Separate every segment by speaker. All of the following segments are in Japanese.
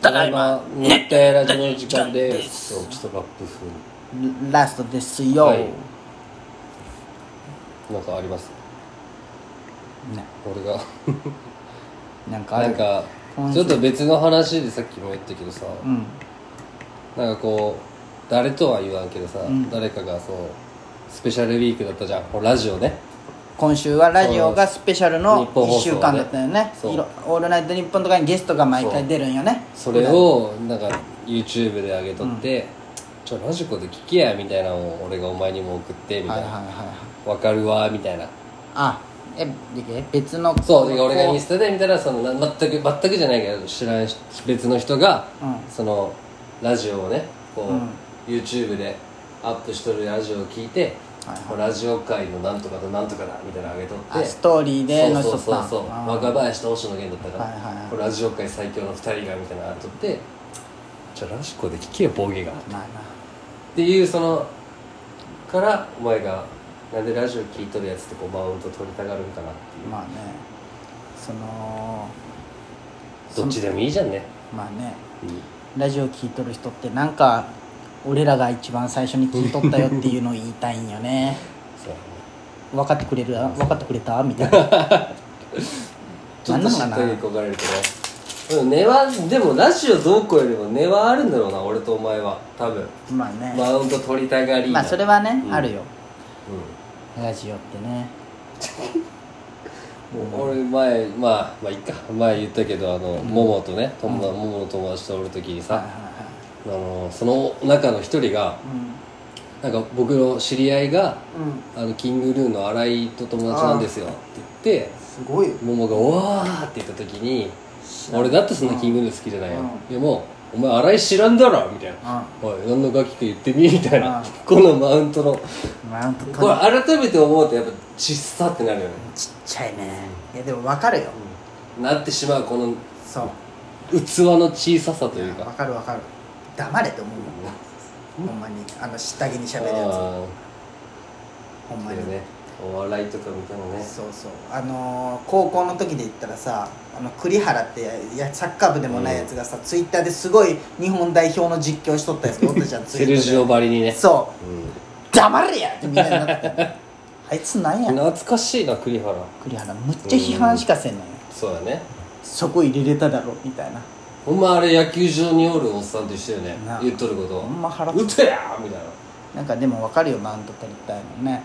Speaker 1: ただいま
Speaker 2: 寝てラジオの時間です
Speaker 1: そうちょっとラップ
Speaker 2: ラストですよ、
Speaker 1: はい風なんかあります
Speaker 2: な
Speaker 1: 俺が
Speaker 2: なんかあ
Speaker 1: な
Speaker 2: る
Speaker 1: んか
Speaker 2: 今週
Speaker 1: ちょっと別の話でさっきも言ったけどさ、
Speaker 2: うん
Speaker 1: なんかこう誰とは言わんけどさ、
Speaker 2: ん
Speaker 1: 誰かがそうスペシャルウィークだったじゃんこうラジオね
Speaker 2: 今週はラジオがスペシャルの
Speaker 1: 日本放
Speaker 2: 1
Speaker 1: 送
Speaker 2: 週間だったよね
Speaker 1: そう
Speaker 2: いろオールナイトニッポン」とかにゲストが毎回出るんよね
Speaker 1: それをなんか YouTube で上げとって、ちょラジコで聞けやみたいなのを俺がお前にも送ってみ
Speaker 2: は
Speaker 1: たい
Speaker 2: いはい
Speaker 1: な、
Speaker 2: はいはい
Speaker 1: わかるわみたいな
Speaker 2: あえで別の
Speaker 1: そうで俺がイン
Speaker 2: ス
Speaker 1: スタで見たらそのな全く全くじゃないけど知らん別の人が、
Speaker 2: うん
Speaker 1: そのラジオをねこう、
Speaker 2: うん
Speaker 1: YouTube でアップしとるラジオを聞いて、
Speaker 2: はいはい
Speaker 1: こうラジオ界のなんとかとなんとかだみたいなの上げとって
Speaker 2: ストーリーで載せ
Speaker 1: そう
Speaker 2: と
Speaker 1: そう
Speaker 2: っ
Speaker 1: そ
Speaker 2: た
Speaker 1: うそう
Speaker 2: あー
Speaker 1: 若林と星野源だったから、
Speaker 2: はいはいはい
Speaker 1: これラジオ界最強の2人がみたいなのあっとってじゃあラジコで聞けよボゲがっ
Speaker 2: まあ
Speaker 1: ていうそのからお前がなんでラジオ聞いとるやつってこうマウント取りたがるんかなっていう、
Speaker 2: なまあねその
Speaker 1: どっちでもいいじゃんね、
Speaker 2: まあね
Speaker 1: うん
Speaker 2: ラジオ聞いとる人ってなんか俺らが一番最初に聞いとったよっていうのを言いたいん よね
Speaker 1: そうやね
Speaker 2: 分かってくれる分かってくれたみたいな
Speaker 1: ちょっとしっ
Speaker 2: なんな
Speaker 1: か
Speaker 2: ん
Speaker 1: り
Speaker 2: か
Speaker 1: 焦がれるけどね根はでもラジオどうこうよりも根はあるんだろうな俺とお前は多分
Speaker 2: なまあね
Speaker 1: マウント取りたがりな
Speaker 2: まあそれはね、
Speaker 1: うん
Speaker 2: あるよ
Speaker 1: う
Speaker 2: ラジオってね
Speaker 1: んもう俺前まあまあいっか前言ったけどあの、モモとね友達、モモの友達とおる時に
Speaker 2: はいはい
Speaker 1: さ、
Speaker 2: は
Speaker 1: あのその中の一人が
Speaker 2: い
Speaker 1: な
Speaker 2: うん
Speaker 1: んか僕の知り合いが
Speaker 2: うん
Speaker 1: あのキングルーの新井と友達なんですよって言って
Speaker 2: すごいよ
Speaker 1: モモが「おわー!」って言った時に「俺だってそんなキングヌー好きじゃないよ
Speaker 2: うん」
Speaker 1: でも「お前新井知らんだろ」みたいな「おい何の楽器か言ってみ」みたいな
Speaker 2: うん
Speaker 1: このマウントの
Speaker 2: マウント取
Speaker 1: これ
Speaker 2: る
Speaker 1: 改めて思うとやっぱちっさってなるよね
Speaker 2: ちっちゃいねいやでも分かるよ
Speaker 1: なってしまうこの
Speaker 2: そう
Speaker 1: 器の小ささという
Speaker 2: 分
Speaker 1: か
Speaker 2: かる分かる黙れと思うもんほんまにあの下着に喋るや
Speaker 1: あ
Speaker 2: つほん
Speaker 1: あ
Speaker 2: ま
Speaker 1: だよ
Speaker 2: に
Speaker 1: ねお笑いとか見てもね
Speaker 2: そうそうあのー高校の時で言ったらさあの栗原っていやサッカー部でもないやつがさ、ツイッターですごい日本代表の実況しとったやつがおった じゃんツイ
Speaker 1: セ
Speaker 2: ッター
Speaker 1: ル
Speaker 2: で
Speaker 1: ジオばりにね
Speaker 2: そう
Speaker 1: うん
Speaker 2: 黙れやってみんなになってたあいつなんや
Speaker 1: 懐かしいな栗原
Speaker 2: 栗原むっちゃ批判しかせんのよ
Speaker 1: そうだね
Speaker 2: そこ入れれただろみたいな
Speaker 1: ほんまあれ野球場におるおっさんと一緒よね
Speaker 2: なあ
Speaker 1: 言っとることは
Speaker 2: ほんま腹立
Speaker 1: 打
Speaker 2: つ
Speaker 1: てやみたいな
Speaker 2: なんかでも分かるよマウント取りたいのね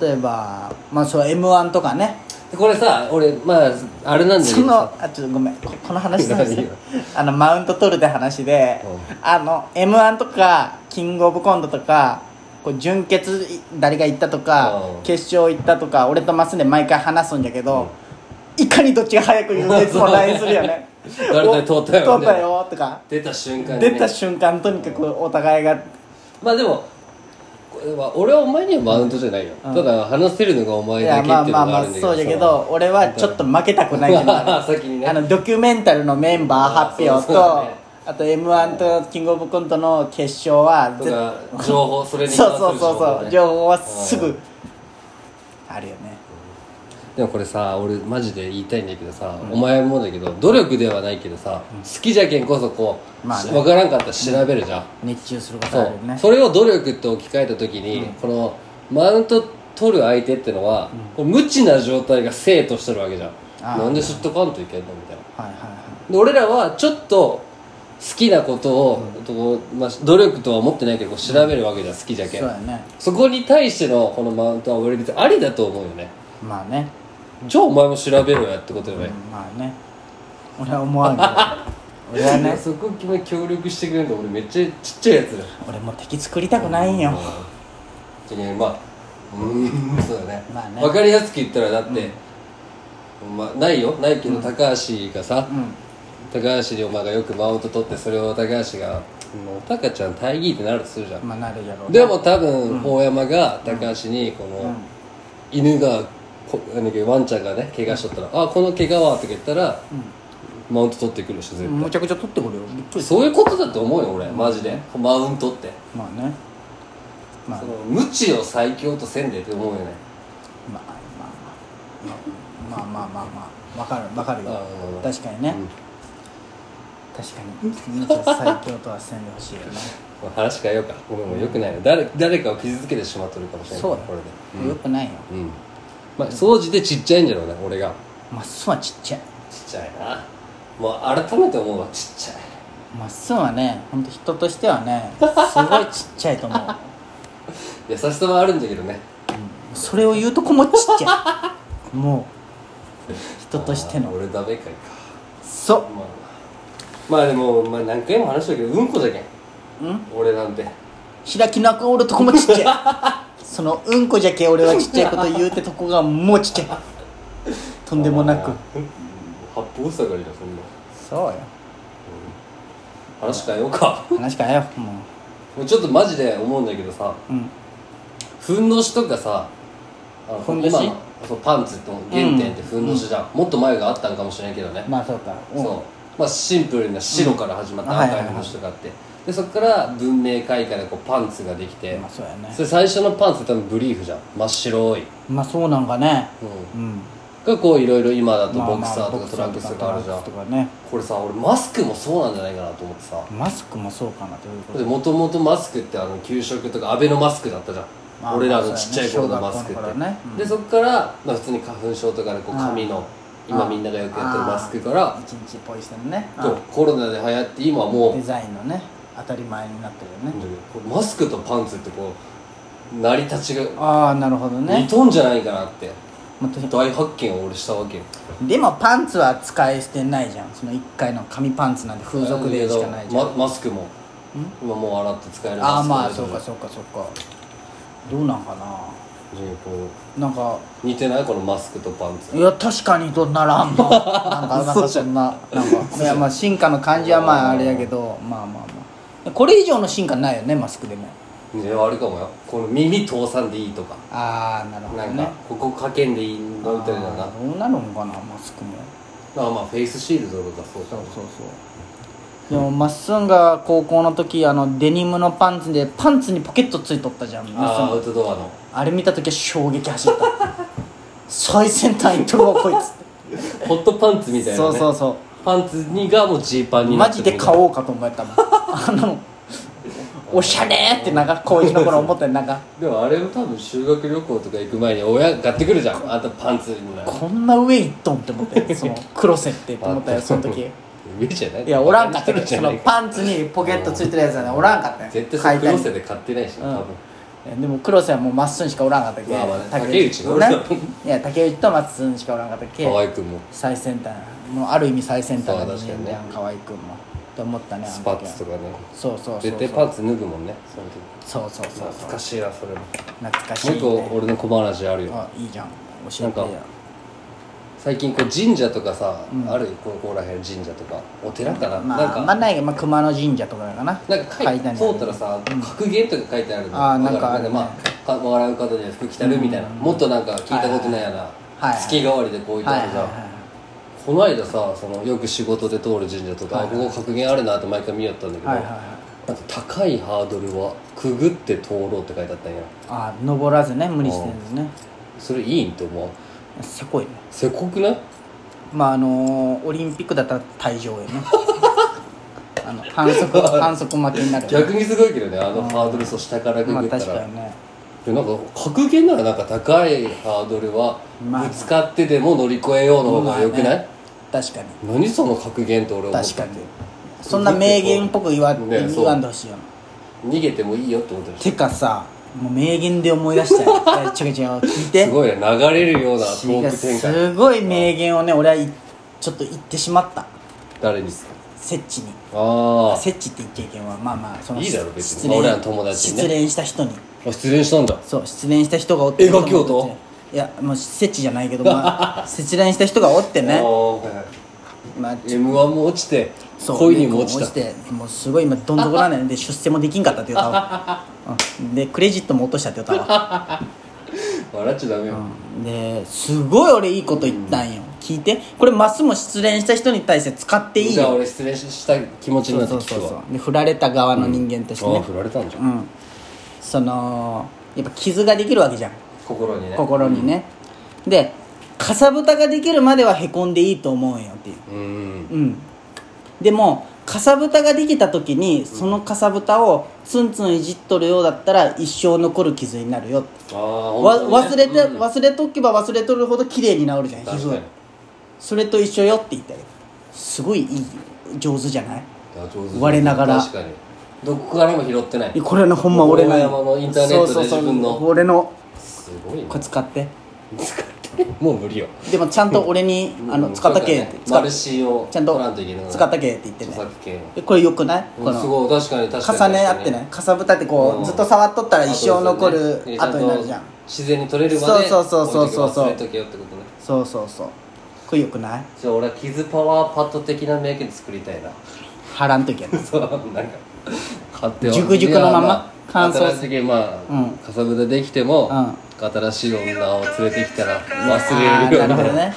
Speaker 2: 例えばまあそう m 1とかね
Speaker 1: でこれさ俺まああれなんだ
Speaker 2: そ
Speaker 1: けど
Speaker 2: の
Speaker 1: さ
Speaker 2: あちょっとごめんここの話なんです
Speaker 1: 何よ
Speaker 2: あのマウント取るって話で、
Speaker 1: う
Speaker 2: あの m 1とかキングオブコントとかこう準決い誰が行ったとか、
Speaker 1: うん
Speaker 2: 決勝行ったとか俺とマスで毎回話すんだけど、いかにどっちが早く言うやつも LINE するよね
Speaker 1: 誰々通ったよ
Speaker 2: お通ったよとか
Speaker 1: 出た瞬間に、ね、
Speaker 2: 出た瞬間とにかくお互いが
Speaker 1: まあでもこれは俺はお前にはマウントじゃないよ、
Speaker 2: うん
Speaker 1: ただ話せるのがお前
Speaker 2: い
Speaker 1: だけ
Speaker 2: や
Speaker 1: っていう
Speaker 2: まあ
Speaker 1: の
Speaker 2: ま
Speaker 1: があ
Speaker 2: あまあ
Speaker 1: るんだけど
Speaker 2: そうだけど俺はちょっと負けたくないけど
Speaker 1: 先にね
Speaker 2: あのドキュメンタルのメンバー発
Speaker 1: あーそうそ
Speaker 2: 表
Speaker 1: うだ
Speaker 2: と
Speaker 1: ね
Speaker 2: あと m 1とキングオブコントの決勝は
Speaker 1: と
Speaker 2: ぜ
Speaker 1: か情 報それに関する
Speaker 2: そうそうそうそう情報はすぐあるよね
Speaker 1: でもこれさ俺マジで言いたいんだけどさ、お前もだけど努力ではないけどさ、好きじゃけんこそこう、
Speaker 2: まあね
Speaker 1: 分からんかったら調べるじゃん、
Speaker 2: 熱中すること
Speaker 1: そ
Speaker 2: あるよ
Speaker 1: う、
Speaker 2: ね
Speaker 1: それを努力と置き換えた時に、このマウント取る相手ってのは、こう無知な状態が生としてるわけじゃん
Speaker 2: あー
Speaker 1: なんで知っとかんといけんのみたいな
Speaker 2: はいはいは
Speaker 1: で俺らはちょっと好きなことを、とまあ、努力とは思ってないけどこう調べるわけじゃん好きじゃ
Speaker 2: い
Speaker 1: けん
Speaker 2: そうやね
Speaker 1: そこに対してのこのマウントは俺別にありだと思うよね
Speaker 2: まあね
Speaker 1: じゃあお前も調べろやってことよね、
Speaker 2: うんまあね俺は思わんけど 俺はい
Speaker 1: や
Speaker 2: ね
Speaker 1: そこお前協力してくれるの俺めっちゃちっちゃいやつだ
Speaker 2: 俺も敵作りたくないんよ
Speaker 1: じゃあねまあうーんそうだね,、
Speaker 2: まあね
Speaker 1: 分かりやすく言ったらだって、まあ、ないよないけど高橋がさ、
Speaker 2: うん
Speaker 1: 高橋龍馬がよくマウント取ってそれを高橋が「もうタカちゃん大義ってなるとするじゃん、
Speaker 2: まあなるやろう
Speaker 1: でも多分大山が高橋にこの犬がこなんだっけワンちゃんがね怪我しとったら「あこの怪我は」とか言ったら、マウント取ってくるでしょ絶対、
Speaker 2: むちゃくちゃ取ってくるよびっくりする
Speaker 1: そういうことだと思うよ俺マジでマウントって
Speaker 2: まあねまあ
Speaker 1: その無知を最強とせんでって思うよね
Speaker 2: まあまあまあまあまあまあまあまあわかるわかるよ
Speaker 1: あー
Speaker 2: 確かにね、
Speaker 1: うん
Speaker 2: 確かに忍者最強とはせんでほしいよな
Speaker 1: まあ話変えようかごめんもうよくないの誰誰かを傷つけてしまっとるかもしれない
Speaker 2: そうだ
Speaker 1: これで
Speaker 2: よくないよ
Speaker 1: うん、うんまあ掃除でちっちゃいんじゃろうね俺が
Speaker 2: まっすんはちっちゃい
Speaker 1: ちっちゃいなもう改めて思うわちっちゃい
Speaker 2: まっすんはね本当人としてはねすごいちっちゃいと思う、
Speaker 1: 優しさはあるんだけどね
Speaker 2: うんそれを言うとこもちっちゃいもう人として
Speaker 1: あ
Speaker 2: の
Speaker 1: ー俺ダメかいか
Speaker 2: そ
Speaker 1: まあまあでも、まあ、何回も話したけどうんこじゃけん
Speaker 2: ううん
Speaker 1: 俺なんて
Speaker 2: 開き直るとこもちっちゃいそのうんこじゃけ俺はちっちゃいこと言うてとこがもうちっちゃいとんでもなく
Speaker 1: あーうん八方塞がりだそんな
Speaker 2: そうよ
Speaker 1: 話変えようか
Speaker 2: 話変えようも
Speaker 1: もうちょっとマジで思うんだけどさ
Speaker 2: ううん
Speaker 1: ふんどしとかさあの
Speaker 2: ふんどし
Speaker 1: 今のそうパンツと原点ってふんどしじゃん、もっと前があったんかもしれんけどね、
Speaker 2: まあそうかうん
Speaker 1: そうまあシンプルな白から始まっ
Speaker 2: うん
Speaker 1: た赤いふんどしとかあってでそこから文明開化でこうパンツができて、
Speaker 2: まあそうやね
Speaker 1: それ最初のパンツって多分ブリーフじゃん真っ白い、うん、
Speaker 2: まあそうなんかねうん
Speaker 1: がこういろいろ今だと
Speaker 2: まあまあ
Speaker 1: ボクサーとかトランクスとかあるじゃん
Speaker 2: ボクサーとかトランクスとかね
Speaker 1: これさ俺マスクもそうなんじゃないかなと思ってさ
Speaker 2: マスクもそうかなということ
Speaker 1: でもともとマスクってあの給食とかアベノマスクだったじゃん、
Speaker 2: まあ
Speaker 1: 俺らのちっちゃい頃のマスクって、
Speaker 2: そうだね小学校の頃ねうん
Speaker 1: でそこから、まあ、普通に花粉症とかでこう
Speaker 2: ああ
Speaker 1: 紙の
Speaker 2: あ
Speaker 1: 今
Speaker 2: あ
Speaker 1: みんながよくやってるマスクから
Speaker 2: 一日っぽいしてるね
Speaker 1: とコロナで流行って今はもう
Speaker 2: うんデザインのね当たり前になってるよね
Speaker 1: こうマスクとパンツってこう成り立ちが
Speaker 2: ああなるほど
Speaker 1: 似
Speaker 2: ね
Speaker 1: とんじゃないかなって
Speaker 2: まあとに
Speaker 1: 大発見を俺したわけよ
Speaker 2: でもパンツは使い捨てないじゃんその1回の紙パンツなんて風俗でしかないじゃん、
Speaker 1: まマスクも今もう洗って使える
Speaker 2: ああまあ
Speaker 1: マス
Speaker 2: そ
Speaker 1: ク
Speaker 2: う
Speaker 1: だ
Speaker 2: か
Speaker 1: け
Speaker 2: そうかそうかどうなんか
Speaker 1: どでこ
Speaker 2: ななんか
Speaker 1: う似てないこのマスクとパンツ
Speaker 2: いや確かにどんなら んのなんかなんかそんななんかいやまあ進化の感じはまああれやけどまあまあまあこれ以上の進化ないよねマスクでも
Speaker 1: いやあれかもよこの耳通さんでいいとか
Speaker 2: ああなるほど
Speaker 1: なん
Speaker 2: ね
Speaker 1: かここかけんでいいのみたいなな
Speaker 2: あーどうなるんかなマスクも
Speaker 1: まあまあフェイスシールドとかそう
Speaker 2: そ
Speaker 1: だ
Speaker 2: うそうそうでもまっすんが高校の時あのデニムのパンツでパンツにポケットついとったじゃんまっすん
Speaker 1: ああアウトドアの
Speaker 2: あれ見た時は衝撃走った 最先端行っとるわこいつ
Speaker 1: ホットパンツみたいな、
Speaker 2: そ
Speaker 1: ね、
Speaker 2: うそうそ
Speaker 1: パンツにがもうジーパン
Speaker 2: う
Speaker 1: にな
Speaker 2: マ
Speaker 1: って
Speaker 2: ジ
Speaker 1: る
Speaker 2: で買おうかと思ったもんあのおしゃれーってなんか高一の頃思ったよなんか
Speaker 1: でもあれも多分修学旅行とか行く前に親が買ってくるじゃんあんたパンツにな
Speaker 2: こんな上行っとんって思ってその黒瀬ってって思ったよその時
Speaker 1: 上じゃない
Speaker 2: いやおらんか ったけど
Speaker 1: じゃ
Speaker 2: そ
Speaker 1: な
Speaker 2: の
Speaker 1: い
Speaker 2: パンツにポケットついてるやつはねおらんかったよ
Speaker 1: 絶対その黒瀬
Speaker 2: 買い
Speaker 1: で買ってないし、ね
Speaker 2: うん
Speaker 1: 多分
Speaker 2: たいでも黒瀬はもうまっすんしかおらんかったけ
Speaker 1: まあまあね竹内が
Speaker 2: の
Speaker 1: おら ん
Speaker 2: ねいや竹内とまっすんしかおらんかったけ
Speaker 1: 河合君も
Speaker 2: 最先端もうある意味最先端な人
Speaker 1: そう確か
Speaker 2: 間じ
Speaker 1: に
Speaker 2: ゃん
Speaker 1: ね
Speaker 2: 河合君もと思ったねあ
Speaker 1: ス
Speaker 2: の時
Speaker 1: パ
Speaker 2: は
Speaker 1: ッツとかね
Speaker 2: そうそうそう
Speaker 1: 絶対パンツ脱ぐもんねその時
Speaker 2: そうそうそう
Speaker 1: 懐かしいなそれも
Speaker 2: 懐かしい、ね、
Speaker 1: もう一個俺の小話あるよ
Speaker 2: あいいじゃん教えて
Speaker 1: な
Speaker 2: よ
Speaker 1: んか最近こう神社とかさ、あるここら辺神社とかお寺かな、
Speaker 2: ま
Speaker 1: なん
Speaker 2: あ
Speaker 1: か、
Speaker 2: まあないけど、まあ、熊野神社とかかな
Speaker 1: なんか書い
Speaker 2: にある
Speaker 1: 通ったらさ、格言とか書いてあるの
Speaker 2: あーなんかあるね
Speaker 1: わるなんかまあか笑う方には服着たるみたいな、もっとなんか聞いたことないような、
Speaker 2: はいはい
Speaker 1: 月替わりでこう置いて
Speaker 2: はい
Speaker 1: あ
Speaker 2: はい
Speaker 1: るじゃん、
Speaker 2: は
Speaker 1: この間さそのよく仕事で通る神社とか、
Speaker 2: はいはい
Speaker 1: あここ格言あるなって毎回見よったんだけ
Speaker 2: い
Speaker 1: ど、
Speaker 2: はいはいはい
Speaker 1: なんか高いハードルはくぐって通ろうって書いてあったんや
Speaker 2: あ登らずね無理してるんですね
Speaker 1: それいいんって思う
Speaker 2: せこいね
Speaker 1: せこくない
Speaker 2: まああのーオリンピックだったら退場 よねあの反則反則負けになるよね
Speaker 1: 逆にすごいけどねあのハードルそう下からく
Speaker 2: まあ
Speaker 1: ぐった
Speaker 2: 確
Speaker 1: ら、
Speaker 2: かにね
Speaker 1: でなんか格言ならなんか高いハードルは
Speaker 2: まあ
Speaker 1: ぶつかってでも乗り越えようの方が良くない、
Speaker 2: まあね確かに
Speaker 1: 何その格言って俺思った
Speaker 2: 確かにそんな名言っぽく言わ,、
Speaker 1: ねそう
Speaker 2: 言わんでほしいよ
Speaker 1: 逃げてもいいよって思ってる
Speaker 2: てかさもう名言で思い出したよいや違う違う聞いて
Speaker 1: すごいね流れるようなトーク展開
Speaker 2: すごい名言をね俺はいちょっと言ってしまった
Speaker 1: 誰に
Speaker 2: セッチに
Speaker 1: ああ
Speaker 2: セッチって言っちゃいけんわまあまあその
Speaker 1: いいだろ別に
Speaker 2: 失恋
Speaker 1: 俺らの友達にね
Speaker 2: 失恋した人に
Speaker 1: 失恋したんだ
Speaker 2: そう失恋した人がおって
Speaker 1: 映画教徒
Speaker 2: いやもうセッチじゃないけど まあ失恋した人がおってね
Speaker 1: ね
Speaker 2: まあ
Speaker 1: m 1も落ちて
Speaker 2: そう
Speaker 1: 恋にも落ちた
Speaker 2: てもうすごい今どん底なんだよねで出世もできんかったって言う たわ、うんでクレジットも落としたって言うたわ、
Speaker 1: 笑っちゃダメよ、
Speaker 2: うんですごい俺いいこと言ったんよ、聞いてこれマスも失恋した人に対して使っていい
Speaker 1: じゃあ
Speaker 2: よ
Speaker 1: 俺失恋した気持ちに
Speaker 2: そ
Speaker 1: なっ
Speaker 2: う
Speaker 1: て
Speaker 2: そう
Speaker 1: 聞
Speaker 2: そう
Speaker 1: くわ
Speaker 2: そうで振られた側の人間として
Speaker 1: ああ
Speaker 2: ね
Speaker 1: 振られたんじゃ
Speaker 2: うんんそのやっぱ傷ができるわけじゃん
Speaker 1: 心にね
Speaker 2: 心にね、でかさぶたができるまではへこんでいいと思うんよっていう
Speaker 1: うん
Speaker 2: うんでもかさぶたができた時にそのかさぶたをツンツンいじっとるようだったら一生残る傷になるよって
Speaker 1: ああ
Speaker 2: わ忘れて、
Speaker 1: うん、
Speaker 2: 忘れとけば忘れとるほど綺麗に治るじゃん
Speaker 1: 確
Speaker 2: 皮膚
Speaker 1: かに
Speaker 2: はそれと一緒よって言ったよすごいいい上手じゃない
Speaker 1: あ上手
Speaker 2: 我ながら
Speaker 1: 確かにどこからも拾ってない
Speaker 2: これのほんま俺の
Speaker 1: 大山のインターネットで自分の
Speaker 2: そうそうそう俺の
Speaker 1: すごい
Speaker 2: これ
Speaker 1: な
Speaker 2: 使って
Speaker 1: もう無理よ
Speaker 2: でもちゃんと俺にあの
Speaker 1: うん
Speaker 2: 使ったけ
Speaker 1: そう
Speaker 2: っ
Speaker 1: だ
Speaker 2: て
Speaker 1: ね
Speaker 2: 使っ
Speaker 1: マルシーを
Speaker 2: ちゃんと
Speaker 1: 取らいけない
Speaker 2: 使ったけって言ってね
Speaker 1: 著作権を
Speaker 2: えこれよくないこ
Speaker 1: うんす
Speaker 2: の
Speaker 1: ごい確かに確かに
Speaker 2: 重ね合ってねかさぶたってこ
Speaker 1: うん
Speaker 2: うずっと触っとったら一生残
Speaker 1: そう
Speaker 2: る
Speaker 1: ですよね
Speaker 2: 跡になるじゃん
Speaker 1: ちと自然に取れるまで
Speaker 2: そうそうそうそうそう
Speaker 1: この時は忘れとけよってことね
Speaker 2: そうそうそうこれよくない
Speaker 1: じゃあ俺は傷パワーパッド的なメイクで作りたいな
Speaker 2: 貼らんときやな
Speaker 1: そうなんか買って
Speaker 2: 熟々のまま乾
Speaker 1: 乾
Speaker 2: 燥
Speaker 1: 燥すぎまあ、
Speaker 2: うん
Speaker 1: かさぶたできても、
Speaker 2: う
Speaker 1: 新しい女を連れてきたら
Speaker 2: あ
Speaker 1: 忘れ
Speaker 2: ー
Speaker 1: るよう
Speaker 2: な
Speaker 1: な
Speaker 2: るほど ね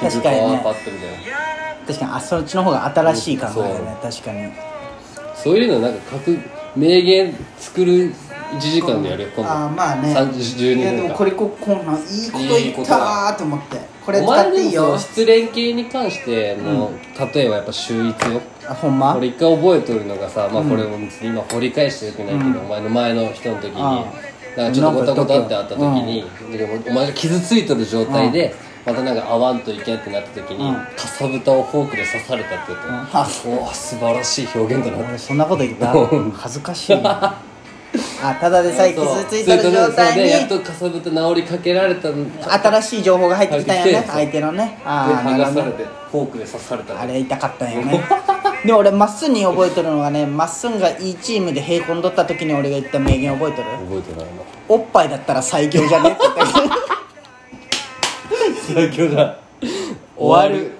Speaker 1: 傷
Speaker 2: 確
Speaker 1: パ
Speaker 2: かに
Speaker 1: ワー
Speaker 2: ね
Speaker 1: パッドみたいな
Speaker 2: 確かにあそっちの方が新しい考えだね確かに
Speaker 1: そういうのなんか書く名言作る1時間でやるよ今度
Speaker 2: あーまあね
Speaker 1: 30 12
Speaker 2: いやで
Speaker 1: 分
Speaker 2: もこ
Speaker 1: 間
Speaker 2: れここんなんいいこと言ったーと思ってこれ
Speaker 1: お
Speaker 2: 使っ
Speaker 1: 前
Speaker 2: ていい
Speaker 1: でもそ
Speaker 2: よ
Speaker 1: の失恋系に関しての、例えばやっぱ秀逸よ
Speaker 2: あほんま
Speaker 1: 俺一回覚えとるのがさ、まあ、これも別に今掘り返してよくないけど、
Speaker 2: うん
Speaker 1: お前の前の人の時に
Speaker 2: あ
Speaker 1: なんかちょっとごたごたってあった時に、でもお前が傷ついとる状態で、またなんか会わんといけんってなった時に、
Speaker 2: うん
Speaker 1: かさぶたをフォークで刺されたって言って、
Speaker 2: うん
Speaker 1: あお素晴らしい表現だなって
Speaker 2: 俺そんなこと言った恥ずかしいなあただでさえ傷ついてる状態
Speaker 1: でやっ
Speaker 2: に
Speaker 1: とかさぶた治りかけられたんで
Speaker 2: 新しい情報が入ってきたんや
Speaker 1: 入って
Speaker 2: ね
Speaker 1: きて
Speaker 2: 相手のねああ
Speaker 1: 剥が
Speaker 2: なる
Speaker 1: さ
Speaker 2: ほど
Speaker 1: れ
Speaker 2: ね
Speaker 1: てフォークで刺された
Speaker 2: あれ痛かったんよねでも俺まっすんに覚えとるのがねまっすんがいいチームで平んどった時に俺が言った名言覚えとる
Speaker 1: 覚えてないな
Speaker 2: おっぱいだったら最強じゃねって言ったけど
Speaker 1: 最強だ
Speaker 2: 終わる